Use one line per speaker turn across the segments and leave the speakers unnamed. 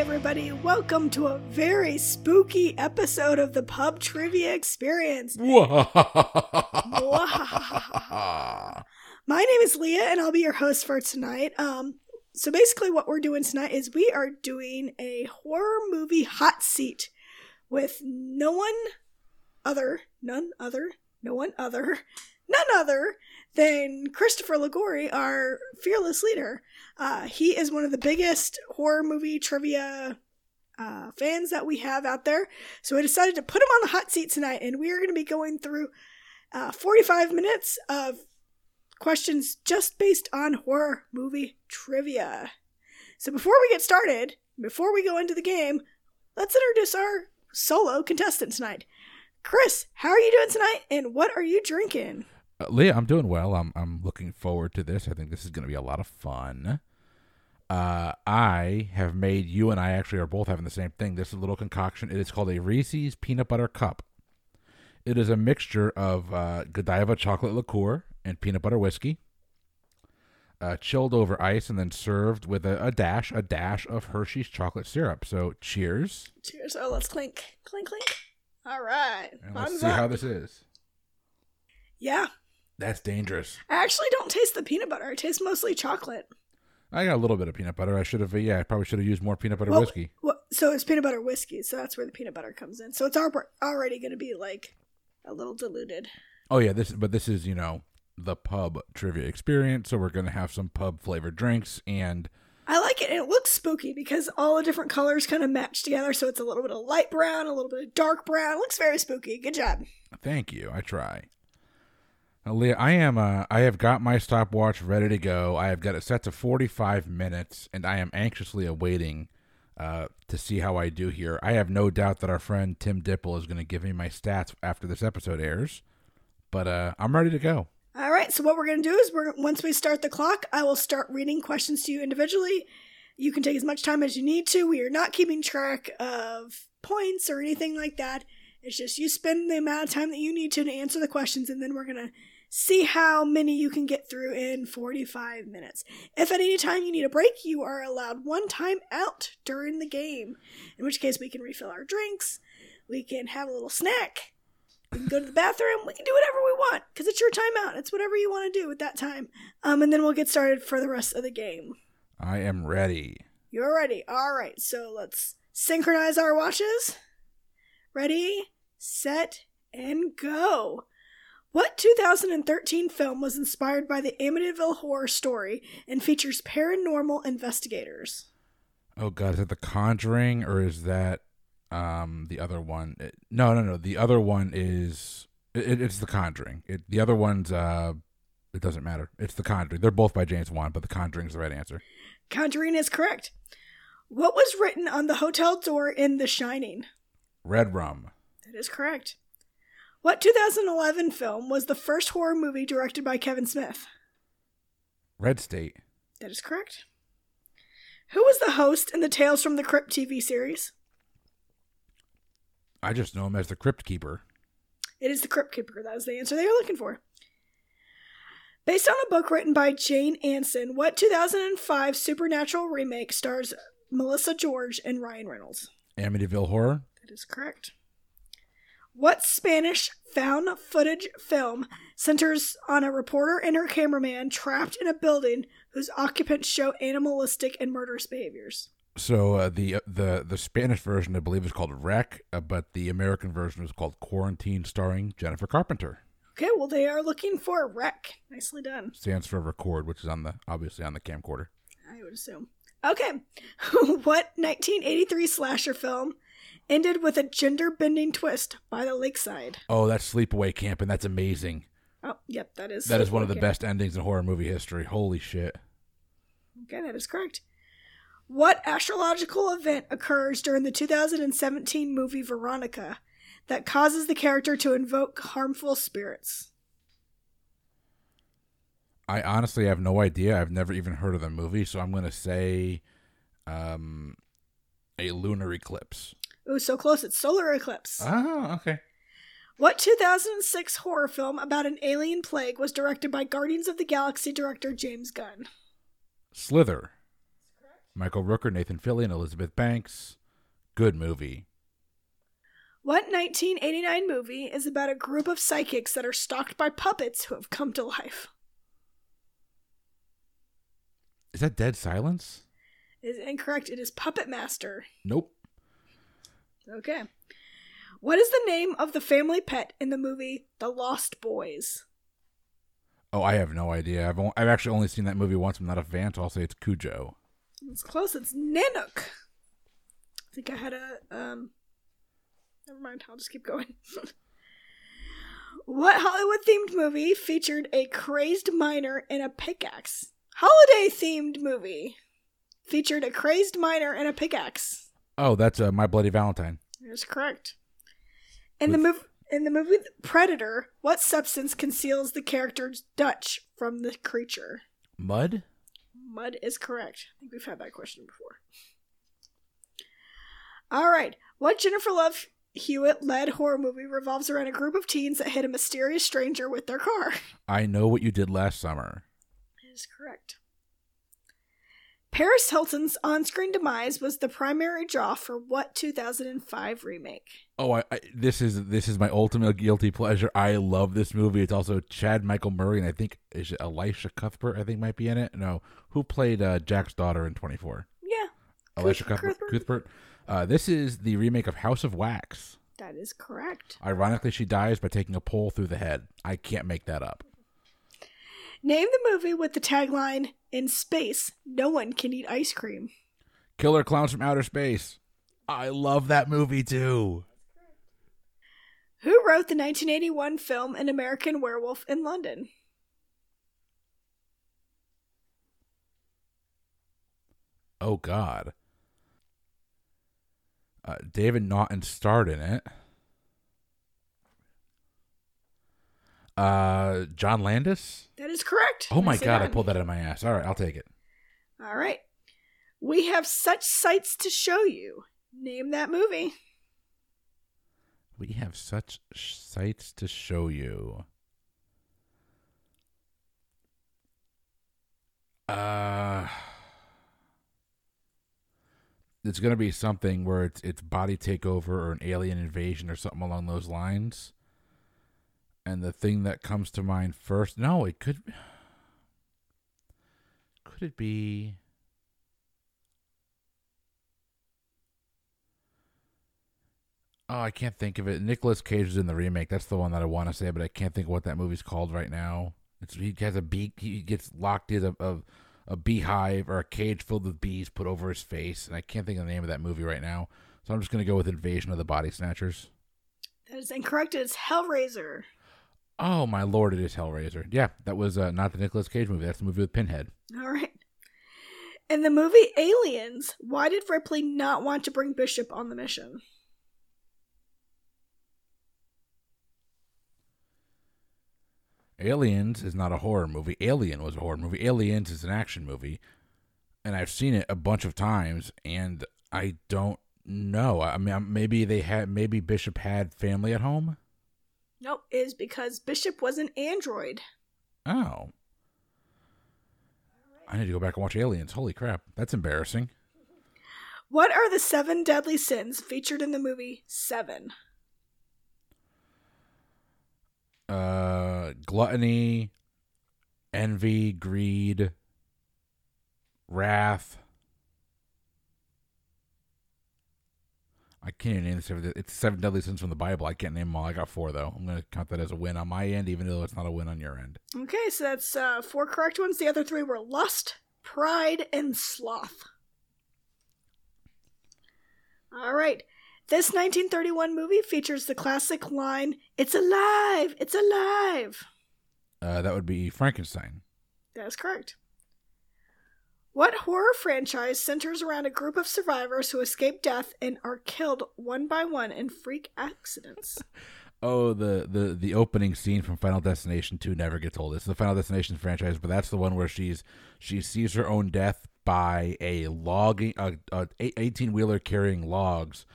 everybody. Welcome to a very spooky episode of the Pub Trivia Experience. Mwahaha. My name is Leah, and I'll be your host for tonight. Um, so basically, what we're doing tonight is we are doing a horror movie hot seat with no one other, none other, no one other, none other than Christopher Ligori, our fearless leader. Uh, he is one of the biggest horror movie trivia uh, fans that we have out there. So I decided to put him on the hot seat tonight, and we are going to be going through uh, 45 minutes of questions just based on horror movie trivia. So before we get started, before we go into the game, let's introduce our solo contestant tonight. Chris, how are you doing tonight, and what are you drinking?
Uh, Leah, I'm doing well. I'm I'm looking forward to this. I think this is going to be a lot of fun. Uh, I have made you and I actually are both having the same thing. This little concoction. It is called a Reese's peanut butter cup. It is a mixture of uh, Godiva chocolate liqueur and peanut butter whiskey, uh, chilled over ice and then served with a, a dash, a dash of Hershey's chocolate syrup. So, cheers!
Cheers. Oh, let's clink, clink, clink. All right.
And let's
Bottoms
see
up.
how this is.
yeah.
That's dangerous.
I actually don't taste the peanut butter. I taste mostly chocolate.
I got a little bit of peanut butter. I should have, yeah, I probably should have used more peanut butter
Well,
whiskey.
Well, so it's peanut butter whiskey. So that's where the peanut butter comes in. So it's al- already going to be like a little diluted.
Oh yeah, this but this is you know the pub trivia experience, so we're gonna have some pub flavored drinks and
I like it. And it looks spooky because all the different colors kind of match together. So it's a little bit of light brown, a little bit of dark brown. looks very spooky. Good job.
thank you. I try. Now, Leah, I am. Uh, I have got my stopwatch ready to go. I have got it set to forty five minutes, and I am anxiously awaiting uh, to see how I do here. I have no doubt that our friend Tim Dipple is gonna give me my stats after this episode airs, but uh, I'm ready to go.
All right. So what we're going to do is we're once we start the clock, I will start reading questions to you individually. You can take as much time as you need to. We are not keeping track of points or anything like that. It's just you spend the amount of time that you need to to answer the questions, and then we're going to see how many you can get through in 45 minutes. If at any time you need a break, you are allowed one time out during the game, in which case we can refill our drinks, we can have a little snack, we can go to the bathroom. We can do whatever we want because it's your timeout. It's whatever you want to do at that time. Um, and then we'll get started for the rest of the game.
I am ready.
You're ready. All right. So let's synchronize our watches. Ready, set, and go. What 2013 film was inspired by the Amityville horror story and features paranormal investigators?
Oh god, is that The Conjuring or is that um the other one? It- no, no, no. The other one is it, it- it's The Conjuring. It, the other one's uh it doesn't matter. It's The Conjuring. They're both by James Wan, but The Conjuring's the right answer.
Conjuring is correct. What was written on the hotel door in The Shining?
Red Rum.
That is correct. What 2011 film was the first horror movie directed by Kevin Smith?
Red State.
That is correct. Who was the host in the Tales from the Crypt TV series?
I just know him as the Crypt Keeper.
It is the Crypt Keeper. That is the answer they were looking for. Based on a book written by Jane Anson, what 2005 supernatural remake stars Melissa George and Ryan Reynolds?
Amityville Horror.
That is correct. What Spanish found footage film centers on a reporter and her cameraman trapped in a building whose occupants show animalistic and murderous behaviors?
So uh, the the the Spanish version I believe is called Wreck, uh, but the American version is called Quarantine, starring Jennifer Carpenter.
Okay, well, they are looking for a wreck. Nicely done,
Stands for record, which is on the obviously on the camcorder.
I would assume. Okay, what 1983 slasher film ended with a gender bending twist by the lakeside?
Oh, that's Sleepaway Camp, and that's amazing.
Oh, yep, that is.
That is one of the
Okay.
best endings in horror movie history. Holy shit.
Okay, that is correct. What astrological event occurs during the 2017 movie Veronica that causes the character to invoke harmful spirits?
I honestly have no idea. I've never even heard of the movie, so I'm going to say um, a lunar eclipse.
Ooh, so close. It's solar eclipse.
Oh, okay.
What 2006 horror film about an alien plague was directed by Guardians of the Galaxy director James Gunn?
Slither. Michael Rooker, Nathan Fillion, Elizabeth Banks. Good movie.
What 1989 movie is about a group of psychics that are stalked by puppets who have come to life?
Is that Dead Silence?
It is incorrect. It is Puppet Master.
Nope.
Okay. What is the name of the family pet in the movie The Lost Boys?
Oh, I have no idea. I've, only, I've actually only seen that movie once. I'm not a fan, so I'll say it's Cujo.
It's close. It's Nanook. I think I had a um. Never mind. I'll just keep going. what Hollywood-themed movie featured a crazed miner and a pickaxe? Holiday-themed movie featured a crazed miner and a pickaxe.
Oh, that's uh, My Bloody Valentine.
That's correct. In the
With-
mov in the movie Predator, what substance conceals the character Dutch from the creature?
Mud?
Mud is correct. I think we've had that question before. All right. What Jennifer Love Hewitt led horror movie revolves around a group of teens that hit a mysterious stranger with their car?
I know what you did last summer.
Is correct. Paris Hilton's on-screen demise was the primary draw for what 2005 remake?
Oh, I, I this is this is my ultimate guilty pleasure. I love this movie. It's also Chad Michael Murray and I think is it Elisha Cuthbert. I think might be in it. No, who played uh, Jack's daughter in Twenty Four?
Yeah,
Elisha
Cuth- Cuthbert.
Cuthbert. Cuthbert. Uh, this is the remake of House of Wax.
that is correct.
Ironically, she dies by taking a pole through the head. I can't make that up.
Name the movie with the tagline "In space, no one can eat ice cream."
Killer Clowns from Outer Space. I love that movie too.
Who wrote the 1981 film An American Werewolf in London?
Oh God. Uh, David Naughton starred in it. Uh, John Landis.
That is correct.
Oh my
Nicely
God! I
done.
pulled that out of my ass. All right, I'll take it.
All right. We have such sights to show you. Name that movie.
We have such sh- sights to show you. Uh, it's gonna be something where it's it's body takeover or an alien invasion or something along those lines. And the thing that comes to mind first, no, it could. Could it be? Oh, I can't think of it. Nicolas Cage is in the remake. That's the one that I want to say, but I can't think of what that movie's called right now. It's he has a bee. He gets locked in a, a a beehive or a cage filled with bees put over his face, and I can't think of the name of that movie right now. So I'm just gonna go with Invasion of the Body Snatchers.
That is incorrect. It's Hellraiser.
Oh my lord, it is Hellraiser. Yeah, that was uh, not the Nicolas Cage movie. That's the movie with Pinhead.
All right. In the movie Aliens, why did Ripley not want to bring Bishop on the mission?
Aliens is not a horror movie. Alien was a horror movie. Aliens is an action movie. And I've seen it a bunch of times and I don't know. I mean, maybe they had maybe Bishop had family at home?
Nope, it is because Bishop was an android.
Oh. I need to go back and watch Aliens. Holy crap. That's embarrassing.
What are the seven deadly sins featured in the movie Seven?
Uh gluttony, envy, greed, wrath. I can't even name the seven. It's seven deadly sins from the Bible. I can't name them all. I got four though. I'm gonna count that as a win on my end, even though it's not a win on your end.
Okay, so that's uh, four correct ones. The other three were lust, pride, and sloth. All right. This 1931 movie features the classic line, It's alive! It's alive!
Uh, that would be Frankenstein.
That is correct. What horror franchise centers around a group of survivors who escape death and are killed one by one in freak accidents?
Oh, the the the opening scene from Final Destination Two never gets old. It's the Final Destination franchise, but that's the one where she's she sees her own death by a logging a eighteen wheeler carrying logs,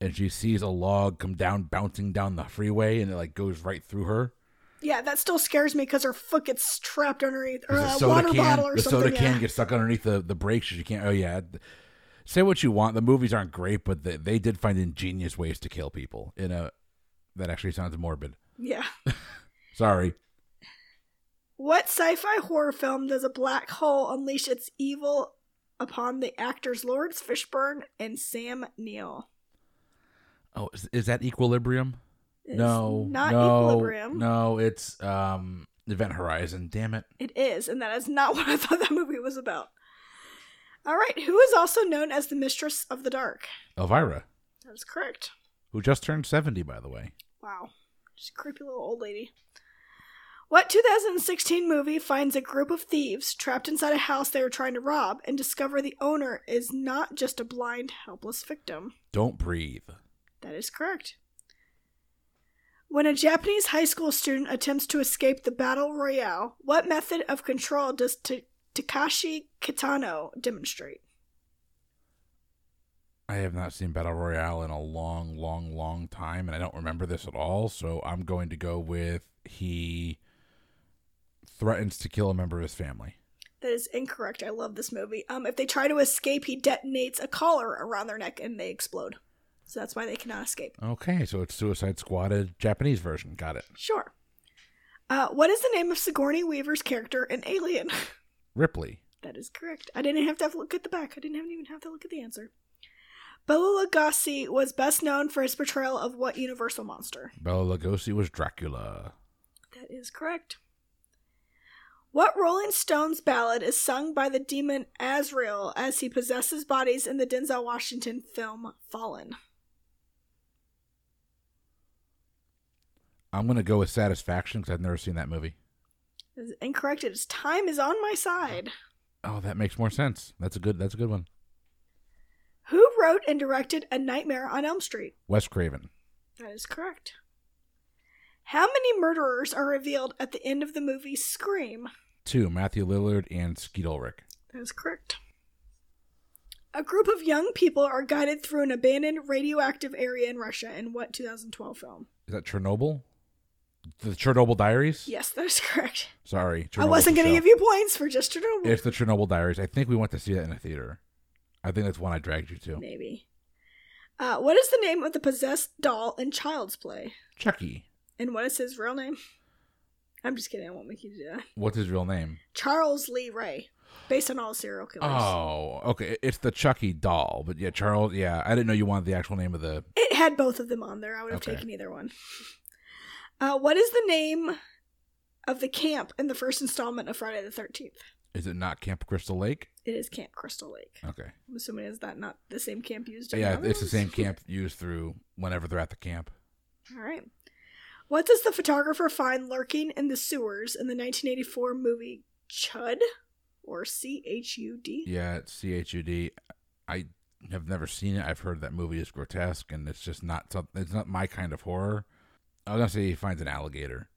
and she sees a log come down bouncing down the freeway, and it like goes right through her.
Yeah, that still scares me because her foot gets trapped underneath or
There's
a
a
water
soda can.
bottle or
the
something.
soda
yeah.
can gets stuck underneath the the brakes. You can't. Oh yeah. Say what you want. The movies aren't great, but they, they did find ingenious ways to kill people. In a that actually sounds morbid.
yeah.
Sorry.
What sci-fi horror film does a black hole unleash its evil upon the actors Lawrence Fishburne and Sam Neill?
Oh, is, is that Equilibrium?
It's
no,
not
no,
Equilibrium.
No, it's um Event Horizon. Damn it.
It is, and that is not what I thought that movie was about. All right, who is also known as the Mistress of the Dark?
Elvira,
That is correct.
who just turned 70 by the way.
Wow. She's a creepy little old lady. What 2016 movie finds a group of thieves trapped inside a house they are trying to rob and discover the owner is not just a blind, helpless victim?
Don't breathe.
That is correct. When a Japanese high school student attempts to escape the battle royale, what method of control does Ta- Takashi Kitano demonstrate?
I have not seen Battle Royale in a long, long, long time, and I don't remember this at all, so I'm going to go with he threatens to kill a member of his family.
That is incorrect. I love this movie. Um, if they try to escape, he detonates a collar around their neck and they explode. So that's why they cannot escape.
Okay, so it's Suicide Squad, a Japanese version. Got it.
Sure. Uh, what is the name of Sigourney Weaver's character in Alien?
Ripley.
that is correct. I didn't have to have a look at the back. I didn't have- even have to look at the answer. Bela Lugosi was best known for his portrayal of what Universal monster?
Bela Lugosi was Dracula.
That is correct. What Rolling Stones ballad is sung by the demon Azrael as he possesses bodies in the Denzel Washington film Fallen?
I'm going to go with Satisfaction because I've never seen that movie.
That is incorrect. It is time is on my side.
Oh, that makes more sense. That's a good. That's a good one.
Who wrote and directed A Nightmare on Elm Street?
Wes Craven.
That is correct. How many murderers are revealed at the end of the movie Scream?
Two, Matthew Lillard and Skeet Ulrich.
That is correct. A group of young people are guided through an abandoned radioactive area in Russia in what 2012 film?
Is that Chernobyl? The Chernobyl Diaries?
Yes, that is correct.
Sorry.
I wasn't
going to
give you points for just Chernobyl.
It's the Chernobyl Diaries. I think we went to see that in a theater. I think that's one I dragged you to.
Maybe. Uh, what is the name of the possessed doll in Child's Play?
Chucky.
And what is his real name? I'm just kidding. I won't make you do that.
What's his real name?
Charles Lee Ray, based on all serial killers.
Oh, okay. It's the Chucky doll. But yeah, Charles. Yeah, I didn't know you wanted the actual name of the.
It had both of them on there. I would have
Okay.
taken either one. Uh, what is the name of the camp in the first installment of Friday the 13th?
Is it not Camp Crystal Lake?
It is Camp Crystal Lake.
Okay.
I'm assuming is that not the same camp used? in
Yeah,
other
it's the
ones?
same camp used through whenever they're at the camp.
All right. What does the photographer find lurking in the sewers in the 1984 movie Chud or C H U D?
Yeah, it's C H U D. I have never seen it. I've heard that movie is grotesque, and it's just not something. It's not my kind of horror. I was gonna say he finds an alligator.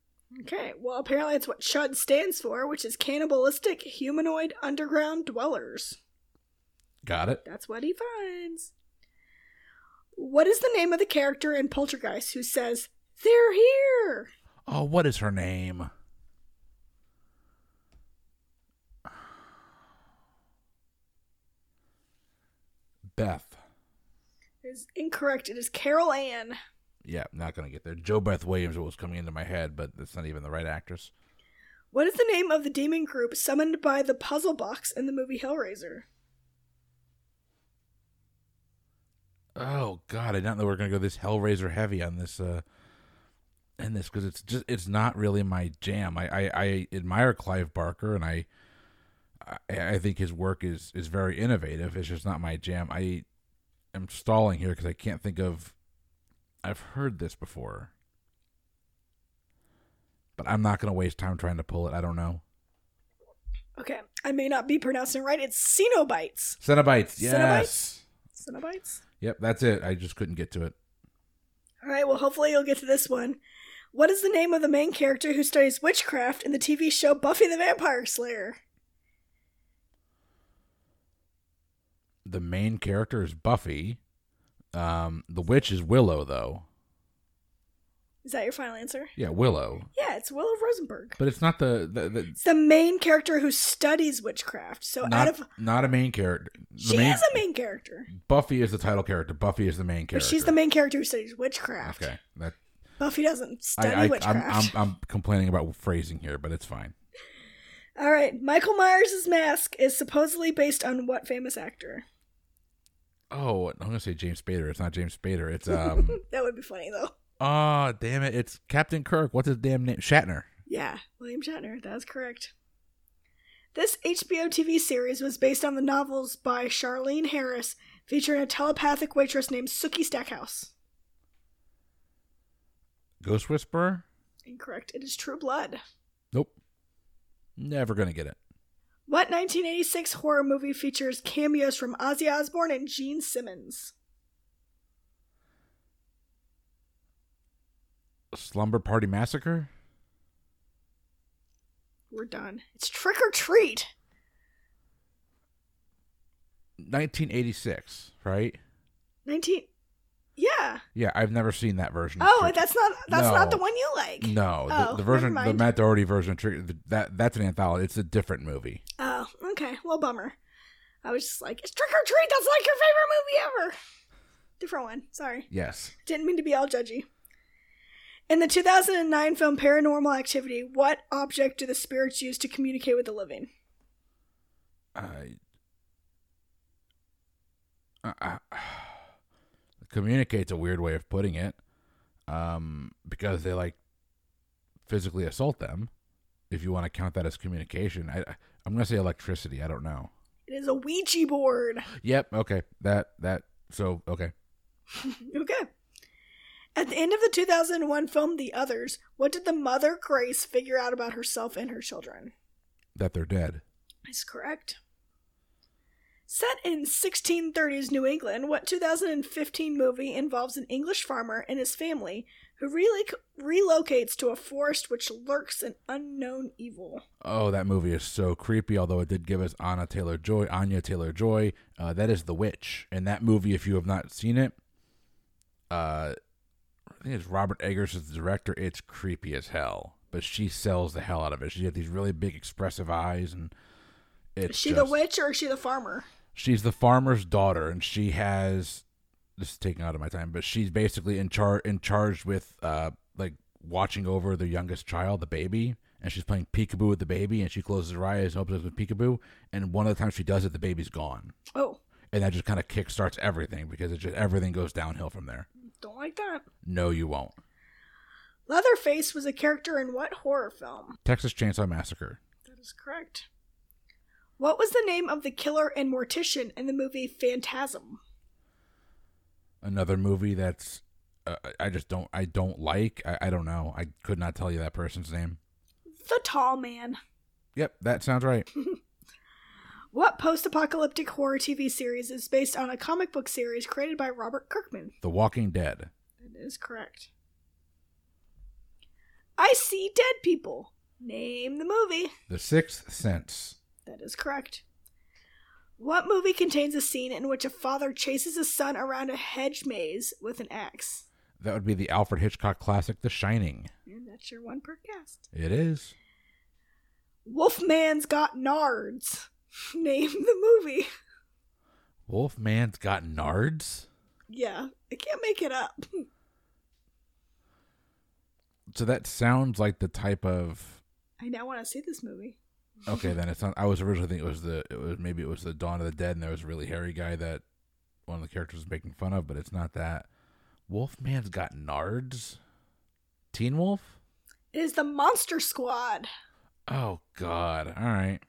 Okay. Well, apparently it's what Chud stands for, which is cannibalistic humanoid underground dwellers.
Got it.
That's what he finds. What is the name of the character in Poltergeist who says, They're here?
Oh, what is her name? Beth.
Is incorrect. It is Carol Ann.
Yeah, not gonna get there. Joe Beth Williams was coming into my head, but that's not even the right actress.
What is the name of the demon group summoned by the puzzle box in the movie Hellraiser?
Oh God, I did not know we were gonna go this Hellraiser heavy on this. uh and this because it's just it's not really my jam. I, I, I admire Clive Barker and I, I I think his work is is very innovative. It's just not my jam. I am stalling here because I can't think of. I've heard this before, but I'm not gonna waste time trying to pull it. I don't know.
Okay, I may not be pronouncing it right. It's Cenobites.
Cenobites, yes.
Cenobites?
Yep, that's it. I just couldn't get to it.
All right, well, hopefully you'll get to this one. What is the name of the main character who studies witchcraft in the TV show Buffy the Vampire Slayer?
the main character is Buffy. Um, the witch is Willow, though.
Is that your final answer?
Yeah, Willow.
Yeah, it's Willow Rosenberg.
But it's not the the, the
It's the main character who studies witchcraft. So
not,
out of
not a main character. The
she
main,
is a main character,
Buffy is the title character. Buffy is the main
but
character.
she's the main character who studies witchcraft.
Okay, that
Buffy doesn't study
I, I I'm,
witchcraft.
I'm I'm complaining about phrasing here, but it's fine.
All right, Michael Myers' mask is supposedly based on what famous actor?
Oh, I'm gonna say James Spader. It's not James Spader. It's um.
that would be funny though.
oh damn it! It's Captain Kirk. What's his damn name? Shatner.
Yeah, William Shatner. That is correct. This HBO TV series was based on the novels by Charlene Harris, featuring a telepathic waitress named Sookie Stackhouse.
Ghost Whisperer.
Incorrect. It is True Blood.
Nope. Never gonna get it.
What 1986 horror movie features cameos from Ozzy Osbourne and Gene Simmons?
Slumber Party Massacre.
We're done. It's Trick or Treat. 1986,
1986, right?
19. Yeah.
Yeah, I've never seen that version. of
Oh,
Hmm, Trick-
that's not that's
No.
not the one you like.
no, the,
Oh,
the version,
never
the
mind.
Matt Doherty version. of Trick, the, that that's an anthology. It's a different movie.
Oh, okay. Well, bummer. I was just like, it's Trick or Treat. That's like your favorite movie ever. Different one. Sorry.
Yes,
Didn't mean to be all judgy. In the 2009 film Paranormal Activity, what object do the spirits use to communicate with the living?
I. Uh, uh, communicates a weird way of putting it, um, because they like physically assault them. If you want to count that as communication, I I- I'm gonna say electricity. I don't know.
It is a Ouija board.
Yep. Okay. That that. So okay.
Okay. At the end of the 2001 film The Others, what did the mother Grace figure out about herself and her children?
That they're dead.
That's correct. Set in 1630s New England, what 2015 movie involves an English farmer and his family who reloc relocates to a forest which lurks an unknown evil?
Oh, that movie is so creepy. Although it did give us Anna Taylor Joy, Anya Taylor Joy. Uh, that is the witch, and that movie. If you have not seen it, uh, I think it's Robert Eggers is the director. It's creepy as hell, but she sells the hell out of it. She had these really big, expressive eyes, and it's
Is she the
just-
witch or is she the farmer?
She's the farmer's daughter, and she has this is taking out of my time, but she's basically in charge in charge with uh like watching over the youngest child, the baby, and she's playing peekaboo with the baby, and she closes her eyes and opens it with peekaboo, and one of the times she does it, the baby's gone,
Oh,
and that just kind of kickstarts everything because it just everything goes downhill from there.
don't like that.
No, you won't.
Leatherface was a character in what horror film?
Texas Chainsaw Massacre.
That is correct. What was the name of the killer and mortician in the movie Phantasm?
another movie that's uh, I just don't I don't like I, I don't know I could not tell you that person's name.
The Tall Man.
Yep, that sounds right.
What post apocalyptic horror TV series is based on a comic book series created by Robert Kirkman?
The Walking Dead.
That is correct. I See Dead People. Name the movie.
The Sixth Sense.
That is correct. What movie contains a scene in which a father chases his son around a hedge maze with an axe?
That would be the Alfred Hitchcock classic The Shining.
And that's your one per cast.
It is.
Wolfman's Got Nards. Name the movie.
Wolfman's got nards.
Yeah, I can't make it up.
So that sounds like the type of
I now want to see this movie.
Okay, then it's not I was originally thinking it was the it was maybe it was the Dawn of the Dead and there was a really hairy guy that one of the characters was making fun of, but it's not that. Wolfman's got nards? Teen Wolf?
It is The Monster Squad.
Oh God! All right,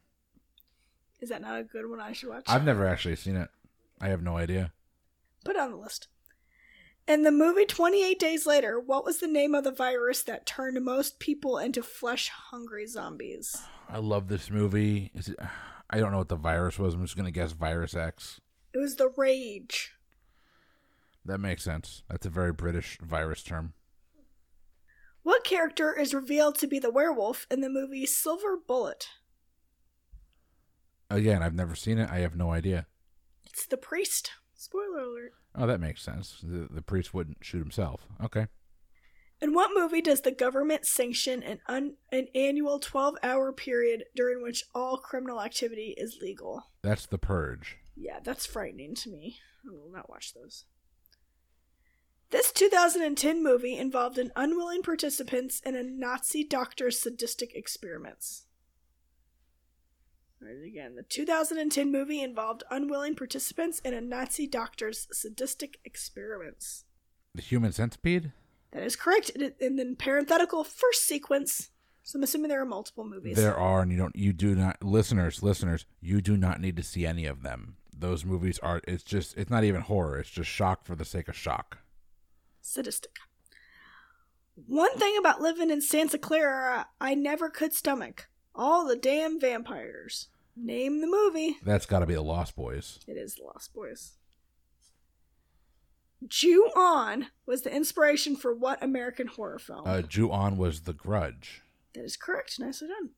Is that not a good one I should watch?
I've never actually seen it. I have no idea.
Put it on the list. In the movie 28 Days Later, what was the name of the virus that turned most people into flesh hungry zombies?
I love this movie. Is it, I don't know what the virus was. I'm just gonna guess Virus X.
It was the rage.
That makes sense. That's a very British virus term.
What character is revealed to be the werewolf in the movie Silver Bullet?
Again, I've never seen it. I have no idea.
It's the priest. Spoiler alert.
Oh, that makes sense. The, the priest wouldn't shoot himself. Okay.
In what movie does the government sanction an un- an annual 12-hour period during which all criminal activity is legal?
That's The Purge.
Yeah, that's frightening to me. I will not watch those. This 2010 movie involved an unwilling participants in a Nazi doctor's sadistic experiments. All right, again, the 2010 movie involved unwilling participants in a Nazi doctor's sadistic experiments.
The Human Centipede?
That is correct. It- And then parenthetical first sequence. So I'm assuming there are multiple movies.
There are, and you don't, you do not, listeners, listeners, you do not need to see any of them. Those movies are, it's just, it's not even horror. It's just shock for the sake of shock.
sadistic. One thing about living in Santa Clara I never could stomach. All the damn vampires. Name the movie.
That's got to be The Lost Boys.
It is The Lost Boys. Jew On was the inspiration for what American horror film?
Uh, Ju On was The Grudge.
That is correct. Nicely done.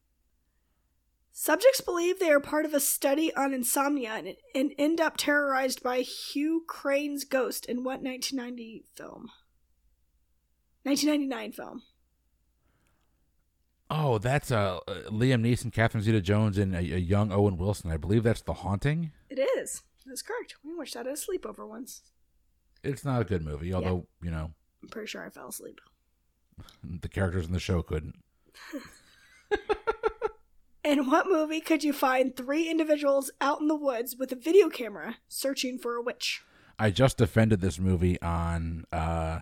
Subjects believe they are part of a study on insomnia and, and end up terrorized by Hugh Crane's ghost in what 1990 film? 1999 film.
Oh, that's uh, uh, Liam Neeson, Catherine Zeta Jones, and a, a young Owen Wilson. I believe that's The Haunting.
It is. That's correct. We watched that at a sleepover once.
It's not a good movie, although, you know,
I'm pretty sure I fell asleep.
the characters in the show couldn't.
In what movie could you find three individuals out in the woods with a video camera searching for a witch?
I just defended this movie on uh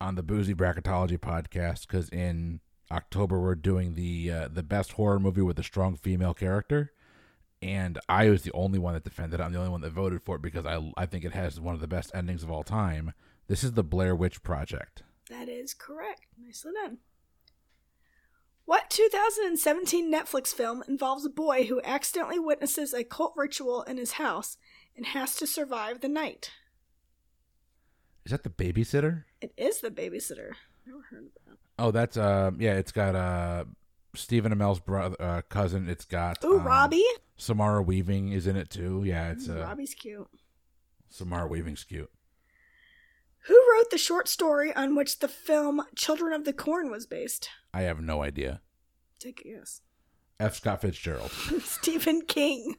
on the Boozy Bracketology podcast because in October we're doing the uh, the best horror movie with a strong female character, and I was the only one that defended. it. I'm the only one that voted for it because I I think it has one of the best endings of all time. This is the Blair Witch Project.
That is correct. Nicely done. What 2017 Netflix film involves a boy who accidentally witnesses a cult ritual in his house and has to survive the night?
Is that the Babysitter?
It is The Babysitter. Never heard of that.
Oh, that's uh yeah, it's got uh Stephen Amell's brother uh, cousin. It's got
Ooh,
um,
Robbie.
Samara Weaving is in it too. Yeah, it's
Ooh,
uh,
Robbie's cute.
Samara Weaving's cute.
Who wrote the short story on which the film Children of the Corn was based?
I have no idea.
Take a guess.
F. Scott Fitzgerald.
Stephen King.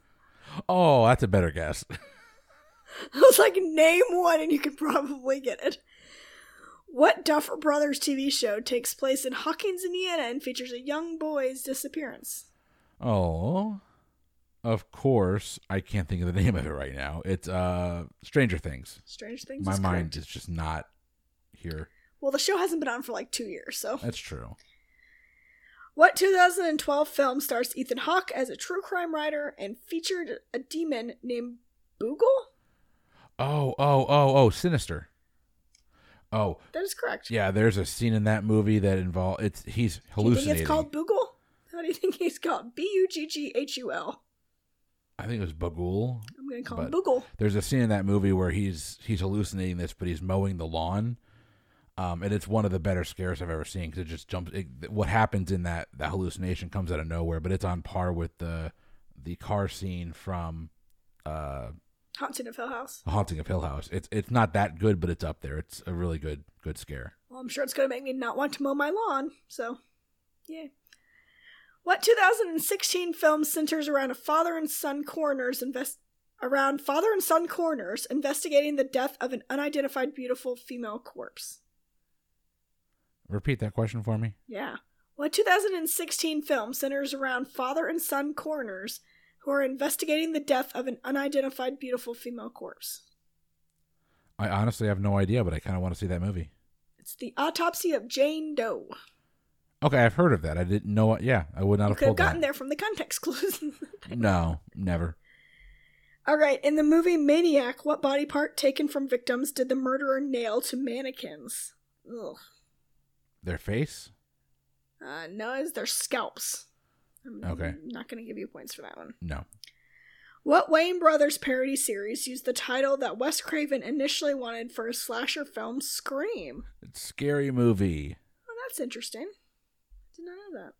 Oh, that's a better guess.
I was like, name one and you could probably get it. What Duffer Brothers TV show takes place in Hawkins, Indiana and features a young boy's disappearance?
Oh, of course. I can't think of the name of it right now. It's uh Stranger Things.
Strange things.
My
is
mind
correct.
is just not here.
Well, the show hasn't been on for like two years, so.
That's true.
What 2012 film stars Ethan Hawke as a true crime writer and featured a demon named Boogle?
Oh, oh, oh, oh, Sinister. Oh,
That is correct.
yeah, there's a scene in that movie that involve it's he's
Do you think
hallucinating.
it's called Boogle? How do you think he's called? B U G G H U L.
I think it was Bagul.
I'm gonna call him
But-
Boogle.
There's a scene in that movie where he's he's hallucinating this, but he's mowing the lawn, um, and it's one of the better scares I've ever seen because it just jumps. It, what happens in that that hallucination comes out of nowhere, but it's on par with the the car scene from uh,
Haunting of Hill House.
Haunting of Hill House. It's it's not that good, but it's up there. It's a really good good scare.
Well, I'm sure it's gonna make me not want to mow my lawn. So, yeah. What 2016 film centers around a father and son coroners invest around father and son coroners investigating the death of an unidentified beautiful female corpse?
Repeat that question for me.
Yeah. What 2016 film centers around father and son coroners who are investigating the death of an unidentified beautiful female corpse?
I honestly have no idea, but I kind of want to see that movie.
It's the autopsy of Jane Doe.
Okay, I've heard of that. I didn't know. Yeah, I would not
You
have
could have
pulled
gotten
that.
there from the context clues.
No, never.
All right, in the movie Maniac, what body part taken from victims did the murderer nail to mannequins? Ugh.
Their face.
Uh, no, it's their scalps. I'm
Okay.
Not going to give you points for that one.
No.
What Wayne Brothers parody series used the title that Wes Craven initially wanted for his slasher film Scream?
It's a scary movie.
Oh, that's interesting. Did not know that.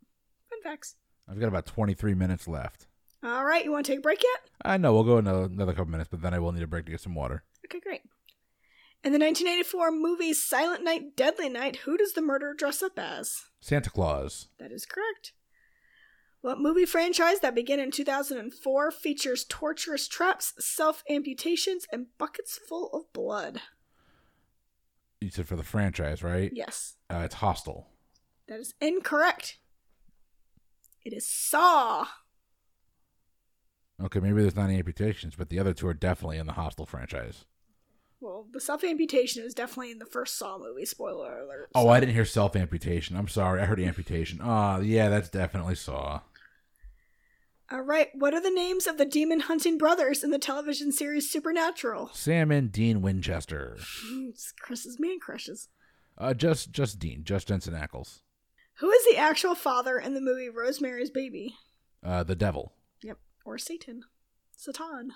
Fun facts.
I've got about 23 minutes left.
All right, you want to take a break yet?
I know we'll go another, another couple minutes, but then I will need a break to get some water.
Okay, great. In the 1984 movie Silent Night, Deadly Night, who does the murderer dress up as?
Santa Claus.
That is correct. What movie franchise that began in 2004 features torturous traps, self amputations, and buckets full of blood?
You said for the franchise, right?
Yes,
Uh, it's Hostile.
that is incorrect. It is Saw.
Okay, maybe there's not any amputations, but the other two are definitely in the Hostile franchise.
Well, the self amputation is definitely in the first Saw movie. Spoiler alert.
Oh, I didn't hear self amputation. I'm sorry. I heard amputation. Oh, yeah, that's definitely Saw.
All right. What are the names of the demon hunting brothers in the television series Supernatural?
Sam and Dean Winchester.
It's Chris's man crushes.
Uh, just just Dean, just Jensen Ackles.
Who is the actual father in the movie Rosemary's Baby?
Uh, the devil.
Yep. Or Satan. Satan.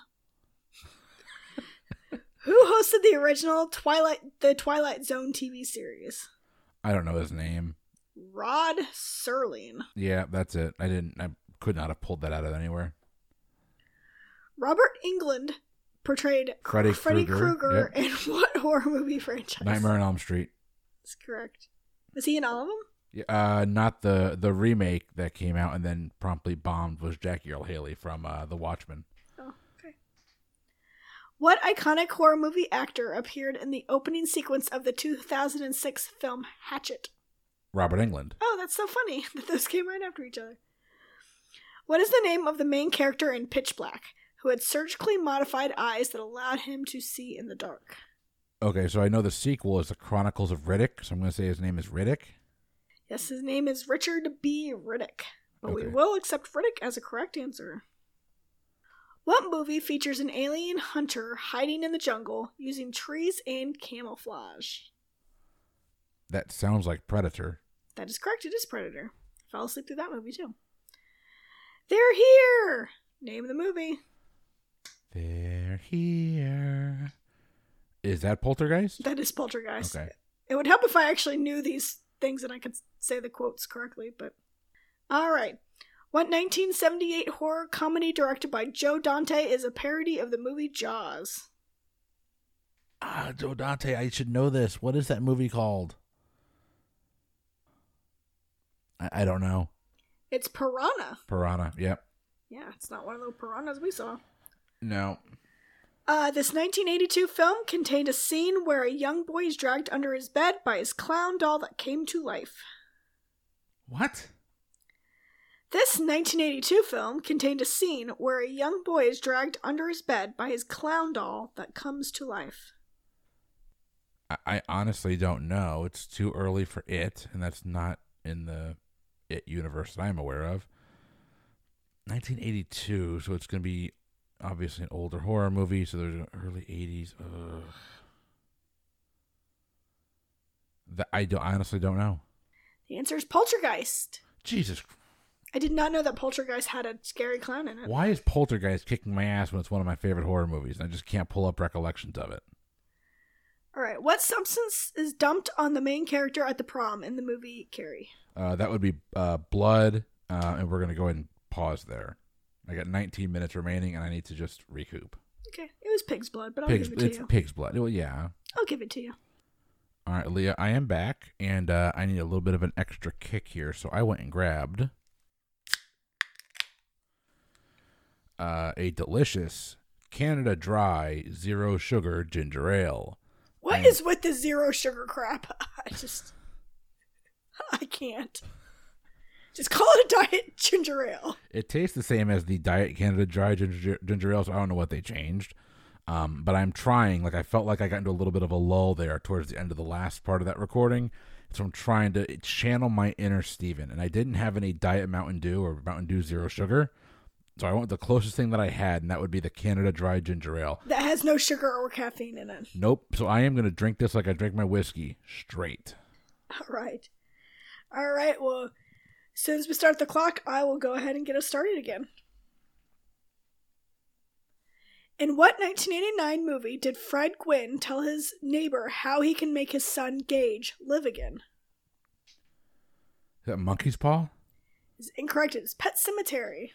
Who hosted the original Twilight the Twilight Zone TV series?
I don't know his name.
Rod Serling.
Yeah, that's it. I didn't. I could not have pulled that out of anywhere.
Robert England portrayed
Freddy
Freddy
Krueger,
Krueger in what horror movie franchise?
Nightmare on Elm Street.
That's correct. Was he in all of them?
Yeah, Uh, not the the remake that came out and then promptly bombed was Jackie Earl Haley from uh, The Watchmen.
Oh, okay. What iconic horror movie actor appeared in the opening sequence of the 2006 film Hatchet?
Robert England.
Oh, that's so funny that those came right after each other. What is the name of the main character in Pitch Black, who had surgically modified eyes that allowed him to see in the dark?
Okay, so I know the sequel is The Chronicles of Riddick, so I'm going to say his name is Riddick.
Yes, his name is Richard B. Riddick, but we
Okay.
will accept Riddick as a correct answer. What movie features an alien hunter hiding in the jungle using trees and camouflage?
That sounds like Predator.
That is correct. It is Predator. Fell asleep through that movie too. They're here. Name of the movie.
They're here. Is that Poltergeist?
That is Poltergeist.
Okay.
It would help if I actually knew these things and I could say the quotes correctly, but all right. What 1978 horror comedy directed by Joe Dante is a parody of the movie Jaws?
Ah, Joe Dante, I should know this. What is that movie called? I, I don't know.
It's Piranha.
Piranha. Yep.
Yeah, it's not one of those piranhas we saw.
No.
Uh, this 1982 film contained a scene where a young boy is dragged under his bed by his clown doll that came to life.
What?
This 1982 film contained a scene where a young boy is dragged under his bed by his clown doll that comes to life.
I, I honestly don't know. It's too early for it, and that's not in the it universe that I'm aware of. 1982, so it's going to be obviously an older horror movie. So there's an early 80s. Ugh. That I don't, I honestly don't know.
The answer is Poltergeist.
Jesus,
I did not know that Poltergeist had a scary clown in it.
why is Poltergeist kicking my ass when it's one of my favorite horror movies? And I just can't pull up recollections of it.
All right, what substance is dumped on the main character at the prom in the movie Carrie?
Uh, that would be uh, blood, uh, and we're gonna go ahead and pause there. I got 19 minutes remaining, and I need to just recoup.
Okay, it was pig's blood, but I'll
Pig's,
give it to
it's
you.
pig's blood. Well, yeah.
I'll give it to you.
All right, Leah, I am back, and uh, I need a little bit of an extra kick here, so I went and grabbed uh, a delicious Canada Dry Zero Sugar Ginger Ale.
What
Mm.
is with the zero sugar crap? I just. I can't. Just call it a diet ginger ale.
It tastes the same as the Diet Canada Dry Ginger, ginger Ale, so I don't know what they changed. Um, but I'm trying. Like I felt like I got into a little bit of a lull there towards the end of the last part of that recording, so I'm trying to channel my inner Steven. And I didn't have any Diet Mountain Dew or Mountain Dew Zero Sugar, so I went with the closest thing that I had, and that would be the Canada Dry Ginger Ale.
That has no sugar or caffeine in it.
Nope. So I am gonna drink this like I drink my whiskey, straight.
All right. All right. Well, as soon as we start the clock, I will go ahead and get us started again. In what 1989 movie did Fred Gwynn tell his neighbor how he can make his son Gage live again?
Is that monkey's paw?
It's incorrect. It's Pet Cemetery.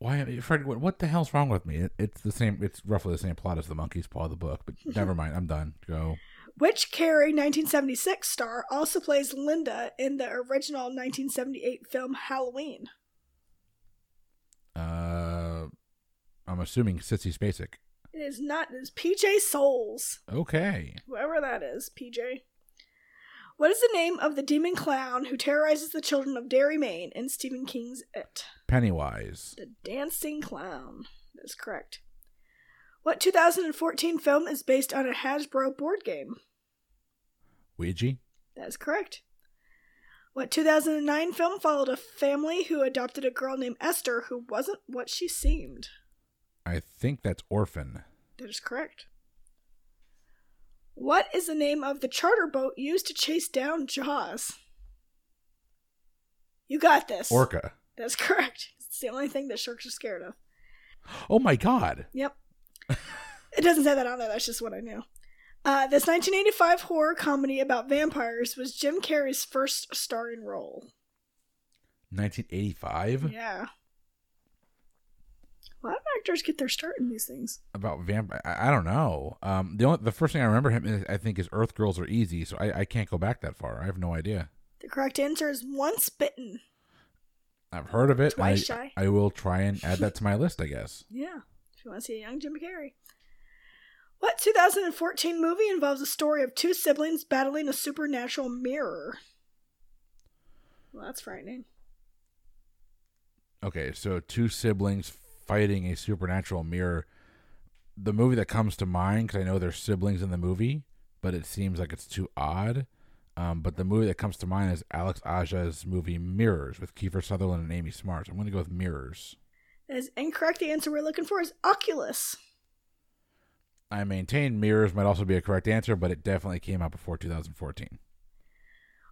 Why, am I- Fred? What, what the hell's wrong with me? It, it's the same. It's roughly the same plot as the Monkey's Paw, the book. But never mind. I'm done. Go.
Which Carey, 1976 star, also plays Linda in the original 1978 film Halloween.
Uh, I'm assuming Sissy Spacek.
It is not, it is PJ Souls,
Okay.
whoever that is, PJ. What is the name of the demon clown who terrorizes the children of Derry, Maine in Stephen King's It?
Pennywise.
The Dancing Clown. That's correct. What 2014 film is based on a Hasbro board game?
Ouija.
That's correct. What 2009 film followed a family who adopted a girl named Esther who wasn't what she seemed?
I think that's Orphan.
That is correct. What is the name of the charter boat used to chase down Jaws? You got this.
Orca.
That's correct. It's the only thing that sharks are scared of.
Oh my God.
Yep. it doesn't say that on there. That's just what I knew. Uh, this 1985 horror comedy about vampires was Jim Carrey's first starring role.
1985.
Yeah. A lot of actors get their start in these things.
About vampire. I, I don't know. Um, the only the first thing I remember him is, I think is Earth Girls Are Easy. So I, I can't go back that far. I have no idea.
The correct answer is Once Bitten.
I've heard of it. and
Twice
I,
shy.
I will try and add that to my list. I guess.
Yeah, if you want to see a young Jim Carrey. What 2014 movie involves a story of two siblings battling a supernatural mirror? Well, that's frightening.
Okay, so two siblings fighting a supernatural mirror. The movie that comes to mind, because I know there's siblings in the movie, but it seems like it's too odd. Um, but the movie that comes to mind is Alex Aja's movie Mirrors with Kiefer Sutherland and Amy Smart. So I'm going to go with Mirrors.
That is incorrect. The answer we're looking for is Oculus.
I maintain Mirrors might also be a correct answer, but it definitely came out before 2014.